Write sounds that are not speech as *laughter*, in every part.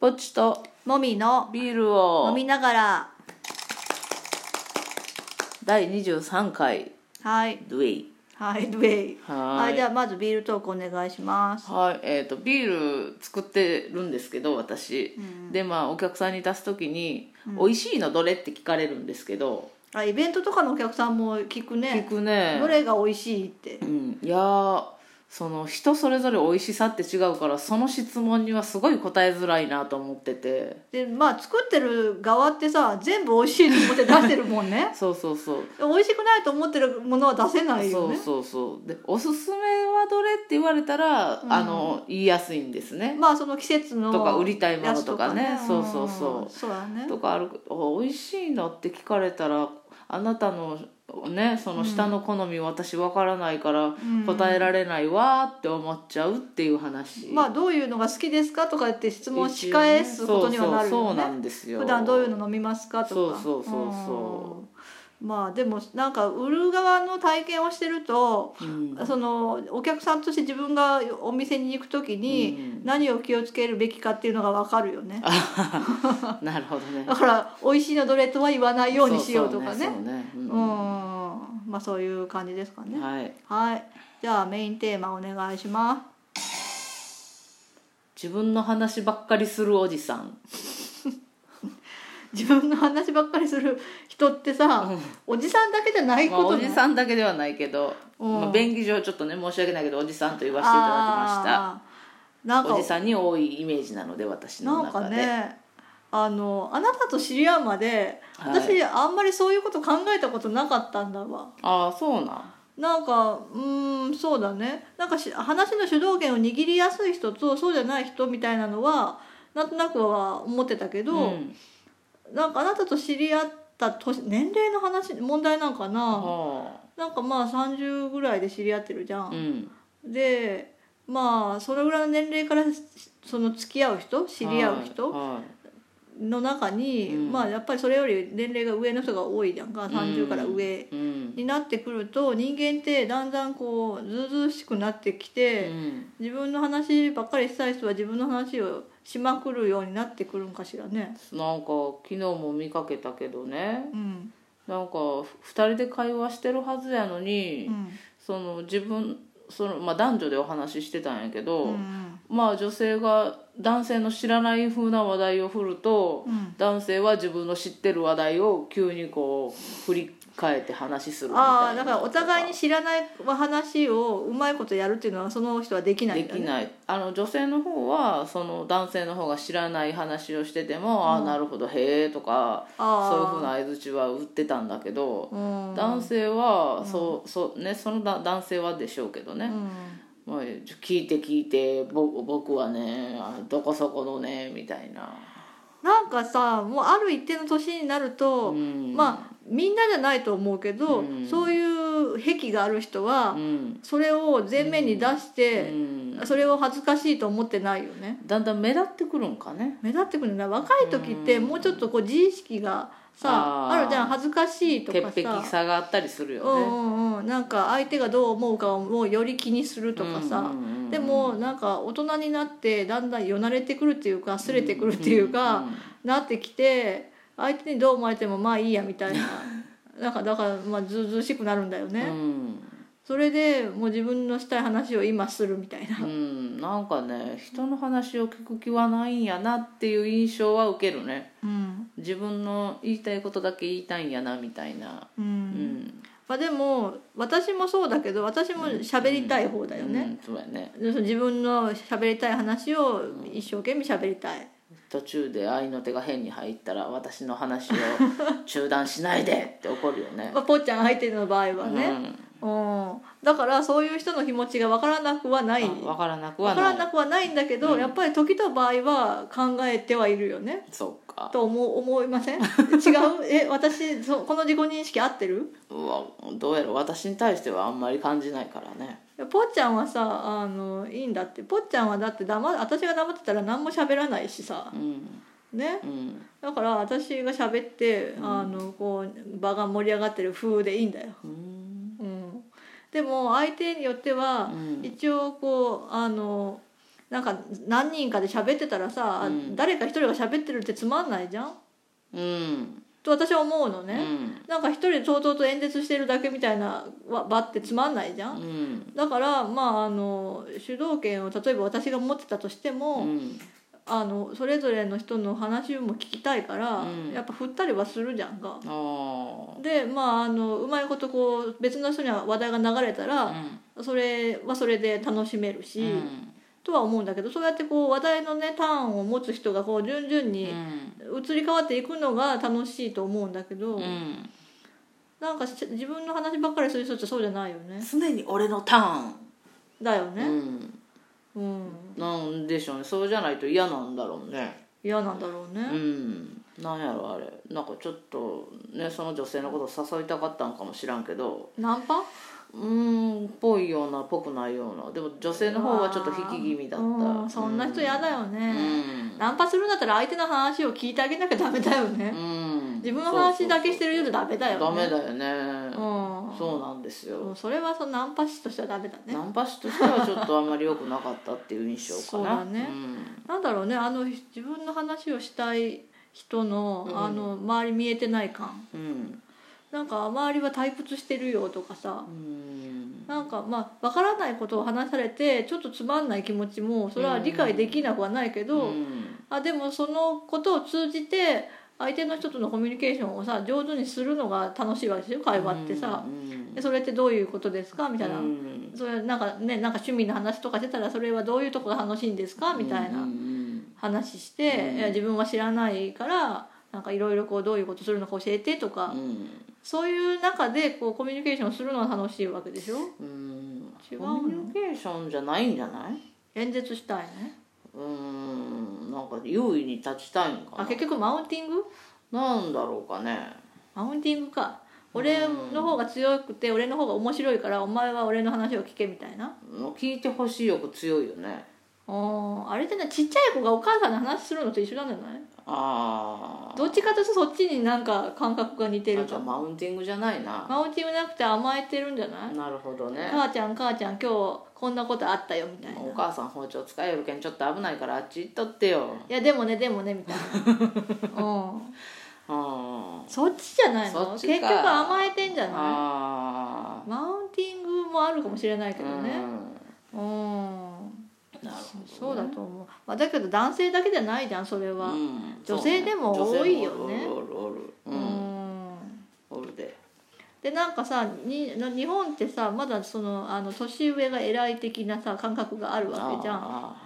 ぼっちともみのビール飲をみながら第23回はいドゥエイはい *laughs* ドゥエイははいいではまずビールトークお願いしますはいえー、とビール作ってるんですけど私、でまあお客さんに出す時に「美味しいのどれ?」って聞かれるんですけどあイベントとかのお客さんも聞く聞ねくねどれが美味しいってうん、いやーその人それぞれ美味しさって違うからその質問にはすごい答えづらいなと思っててでまあ作ってる側ってさ全部美味しいと思って出してるもん *laughs* ねそうそうそう美味しくないと思ってるものは出せないよそうねそうそうでおすすめはどれって言われたら、うんあの言いやすいんですね、まあその季節のとか売りたいものとかねやつそうそうそうんそうだねとかあるお美味しいのって聞かれたらあなたのねその下の好み私わからないからん答えられないわーって思っちゃうっていう話、まあどういうのが好きですかとかって質問し返すことにはなそるうそようそうなねんですよ普段どういうの飲みますかとかそうそうそうそうんまあでもなんか売る側の体験をしてるとうんそのお客さんとして自分がお店に行く時にうん何を気をつけるべきかっていうのが分かるよねなるほどねだから美味しいのどれとは言わない *laughs* ようにしようとかそねうねそううんねまあそういう感じですかねはいはいじゃあメインテーマお願いします自分の話ばっかりするおじさん自分の話ばっかりする人ってさ、おじさんだけじゃないまこあとおねじさんだけではないけど、うんまあ、便宜上ちょっとね申し訳ないけどおじさんと言わせていただあーなんきましたおじかさんに多いイメージなので私のなん中かでねあのあなたと知り合うまではい私、あんまりそういうこと考えたことなかったんだわああそうなんなんかうーんそうだねなんかし話の主導権を握りやすい人とそうじゃない人みたいなのはなんとなくは思ってたけど、んなんかあなたと知り合った年年齢の話問題なんかな、はなんかまあ30ぐらいで知り合ってるじゃあんう、んでまあそのぐらいの年齢からその付き合う人知り合う人はいはいの中に、うんまあやっぱりそれより年齢が上の人が多いじゃんか30から上うんになってくると人間ってだんだんこうずうずうしくなってきうて、ん自分の話ばっかりしたい人は自分の話をしまくるようになってくるんかしらね。なんか昨日も見かけたけどねうんなんか2人で会話してるはずやのに、うんその自分その、まあ、男女でお話ししてたんやけど、うんまあ女性が男性の知らない風な話題を振ると、うん男性は自分の知ってる話題を急にこう振り返って話するみたいなああだからお互いに知らない話をうまいことやるっていうのはその人はできなでいんだきねないあの女性の方はその男性の方が知らない話をしてても、ああなるほどへえとかあーそういうふうな相槌は打ってたんだけど、うん男性は、そうそうねそのだ男性はでしょうけどね、うんまあ、聞いて聞いてぼ僕はねあどこそこのねみたいな、なんかさもうある一定の年になると、うんまあみんなじゃないと思うけど、うんそういう癖がある人は、うんそれを前面に出しうて、ん、それを恥ずかしいと思ってないよね。だんだん目立ってくるんかね目立ってくるんだ若い時ってうんもうちょっとこう自意識がさ、あーあるじゃん恥ずかしいとかさ潔癖さがあったりするうよね、んうんうん、なんか相手がどう思うかをもうより気にするとかさ、うんうんうんうんでもなんか大人になってだんだんよなれてくるっていうかすれてくるっていうか、んなってきて相手にどう思われてもまあいいやみたいな *laughs* なんかだからまあずうずうしくなるんだよね、うんそれでもう自分のしたい話を今するみたいな、うん、なんかね人の話を聞く気はないんやなっていう印象は受けるねうん自分の言いたいことだけ言いたいんやなみたいな、うんうん、まあ、でも私もそうだけど私も喋りたい方だよね、うん、そうやねでその自分の喋りたい話を一生懸命喋りたい、途中で愛の手が変に入ったら私の *laughs* 話を中断しないでって怒るよねまあ、ぽっちゃん相手の場合はね、うんだからそういう人の気持ちが分からなくはないうん、分からなくは分かならいなくはないんだけど、やっぱり時と場合は考えてはいるよねそうかと思う思いません違うえ私そこの自己認識合ってるうわどうやら私に対してはあんまり感じないからねぽっちゃんはさあのいいんだってぽっちゃんはだって黙私が黙ってたら何も喋らないしさうんねうんだから私が喋って、あのこう場が盛り上がってる風でいいんだよ、うんうん、でも相手によっては、うん一応こうあのなんか何人かで喋ってたらさ、うん誰か一人が喋ってるってつまんないじゃんうんと私は思うのうね、んなんか一人とうとうと演説してるだけみたいなわ場ってつまんないじゃん、うんだからまああの主導権を例えば私が持ってたとしても、うんあのそれぞれの人の話も聞きたいから、うんやっぱ振ったりはするじゃんか。あーでまああのうまいことこう別の人には話題が流れたうら、んそれはそれで楽しめるし、うんとは思うんだけどそうやってこう話題のねターンを持つ人がこう順々うにん移り変わっていくのが楽しいと思うんだけど、うんなんかし自分の話ばっかりする人ってそうじゃないよね。常に俺のターンだようね。んうんなんでしょうねそうじゃないと嫌なんだろうね嫌なんだろうね。うんなんやろあれなんかちょっとねその女性のこと誘いたかったんかもしらんけどナンパうーんぽいようなぽくないようなでも女性の方はちょっと引き気味だったうんそんな人嫌だようね、んナンパするんだったら相手の話を聞いてあげなきゃダメだよね、うん自分の話だけしてるようじゃダメだよねダメだよねうんそうなんですうよんそれはそのナンパ師としてはダメだねナンパ師としてはちょっとあんまり良くなかったっていう印象かなそうだねうんなんだろうねあの自分の話をしたい人の,、うんあの周り見えてない感うんなんか周りは退屈してるよとかさうんなんかまあ分からないことを話されてちょっとつまんない気持ちもそれは理解できなくはないけど、うんあでもそのことを通じて相手の人とのコミュニケーションをさ上手にするのが楽しいわけですよ会話ってさ、うんでそれってどういうことですかみたいな、うんそれなんかねなんか趣味の話とかしてたらそれはどういうとこが楽しいんですかみたいうんうなん話して、うんいや自分は知らないからなんかいろいろこうどういうことするのか教えてとか、うんそういう中でこうコミュニケーションするのは楽しいわけでしょうん違うのコミュニケーションじゃないんじゃない演説したいねうんなんか優位に立ちたいんかあ結局マウンティングななんだろうかねマウンティングか俺の方が強くて俺の方が面白いからお前は俺の話を聞けみたいな聞いてほしい欲強いよねおーあれってねちっちゃい子がお母さんの話するのと一緒なんじゃないああどっちかというとそっちになんか感覚が似てるじゃとあマウンティングじゃないなマウンティングなくて甘えてるんじゃないなるほどね母ちゃん母ちゃん今日こんなことあったよみたいないお母さん包丁使えるけんちょっと危ないからあっち行っとってよやでもねでもねみたい *laughs* なううんんそっちじゃないそのっ結ちか局甘えてんじゃなあいマウンティングもあるかもしれないあけどねうんなるほどねそうだと思う、まあ、だけど男性だけじゃないじゃんそれはうん女性でもそうね多いよね女性もおるおるおるう、うんんおるででなんかさにの日本ってさまだそのあの年上が偉い的なさ感覚があるわけじゃんあ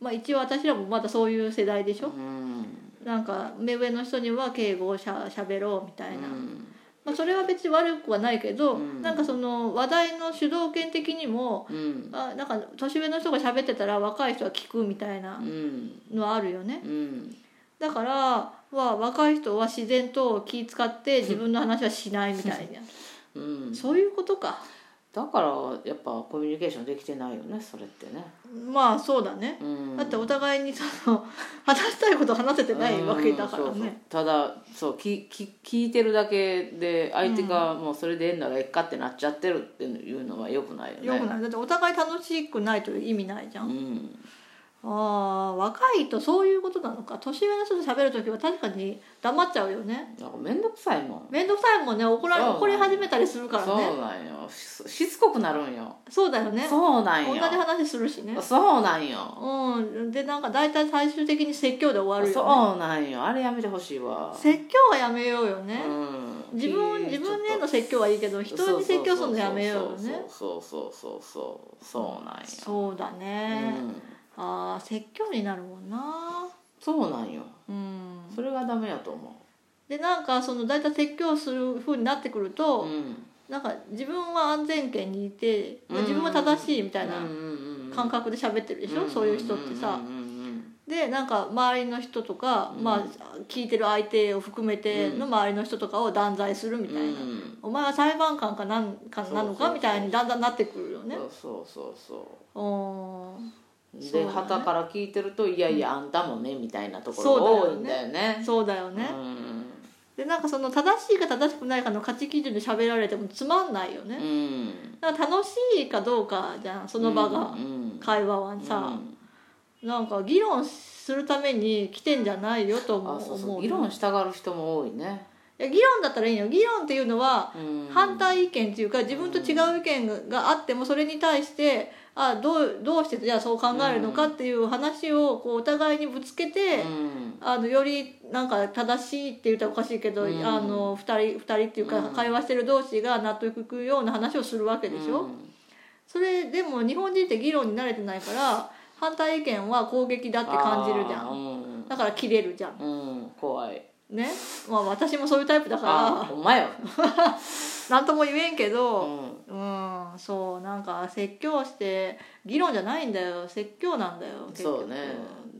まあ一応私らもまだそういう世代でしーょうんなんか目上の人には敬語をしゃしゃべろうみたいな、うんまあ、それは別に悪くはないけど、うんなんかその話題の主導権的にもうんあなんか年上の人が喋ってたら若い人は聞くみたいなうんのはあるよねうんだからは若い人は自然と気使って自分の話はしないみたいな、うんそういうことかだからやっぱコミュニケーションできてないよねそれってねまあそうだね、うんだってお互いにその *laughs* 話したいことを話せてないわけだからうんそうそうねただそうきき聞いてるだけで相手がもうそれでええんならえっかってなっちゃってるっていうのはよくないよねよくないだってお互い楽しくないと意味ないじゃん、うんああ若いとそういうことなのか年上の人と喋る時は確かに黙っちゃうよねなんか面倒くさいもん面倒くさいもんね怒られそう怒り始めたりするからそねうなんよししつこくなるんよそうだよねそうなん同じよ話するしねそうなんようんでなんか大体最終的に説教で終わるよ、ね、そうなんよあれやめてほしいわ説教はやめようよね、うん自分自分への説教はいいけどちょっと人に説教するのやめようよねそうそうそうそうそうそうなんよそうだね、うんああ説教になるもんなそうなんようんそれがダメやと思でなんかその大体説教する風になってくるうと、うんなんか自分は安全圏にいて、まあうん自分は正しいみたいうんなうんうん感覚で喋ってるでしょ、そういう人ってさ、うんうんうんでなんか周りの人とか、うんまあ、聞いてる相手を含めての周りの人とかを断罪するみたいな、うんお前は裁判官かなんかなそのうそうかそうみたいにだんだんなってくるよねそうそうそうそうおそうでだね旗から聞いてると「いやいやあんたもね」みたいなところそがうだ多よいねんだよね。そうだよね、でなんかその正しいか正しくないかの価値基準で喋られてもつまんないようんね、うんなんか楽しいかどうかじゃんその場が、うん会話はさ、うんなんか議論するために来てんじゃないよと思あうそう思そうう議論したがる人も多いね、いや議論だったらいいのよ議論っていうのはうん、反対意見っていうか自分と違う意見があってもそれに対してあどうどうしてじゃあそう考えるのかっていう話をこうお互いにぶつけて、うんあのよりなんか正しいって言ったらおかしいけど、うんあの2人二人っていうかうん会話してる同士が納得いくような話をするわけでしょ、うんそれでも日本人って議論に慣れてないから反対意見は攻撃だって感じるじゃあんーだから切れるじゃんうん、うん、怖いねまあ私もそういうタイプだあかほんまよ、ら何とも言えんけうどん、うんそうなんか説教して議論じゃないんだよ説教なんだよ結局そうね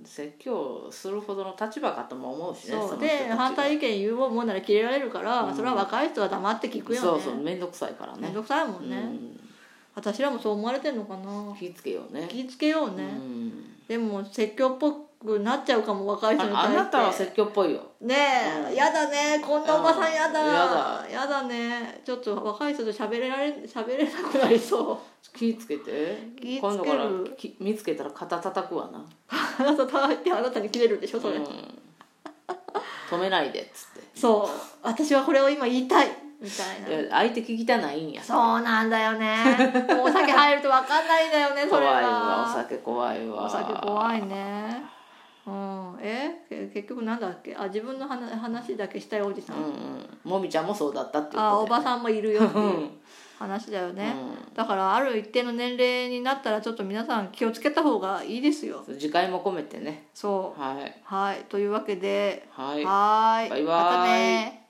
説教するほどの立場かとも思うしねそうの人たちでが反対意見言うもんなら切れられるから、うんそれは若い人は黙って聞くよねそうそう面倒くさいからめんねどくさいもんね、う私らもそう思われてんのかん、な気ぃつけようね気ぃつけよううね、んでも説教っぽくなっちゃうかも若い人にあ対しあてなたは説教っぽいよねえ、やだねこんなおばさんやだ,、うんやだねちょっと若い人と喋れられ喋れなくなりそ気ぃつけて気ぃつける今度からき見つけたら肩叩くわなうあなたたってあなたに切れるでしょそれ、うん止めないでっつっそう私はこれを今言いたいみたいなていや相手聞きたないんやそうなんだよ *laughs* ねもうお酒入ると分かんないんだよねそ怖いれはわお酒怖いわお酒怖いねうんえけ結局なんだっけあ自分の話話だけしたいおじさ、うんんうんもみちゃんもそうだったっていうあおばんさんもいるよっていう話だよね、だからある一定の年齢になったらちょっと皆さん気をつけた方がいいですよ次回も込めてねそうはいはいというわけではいはーいバイバイまたね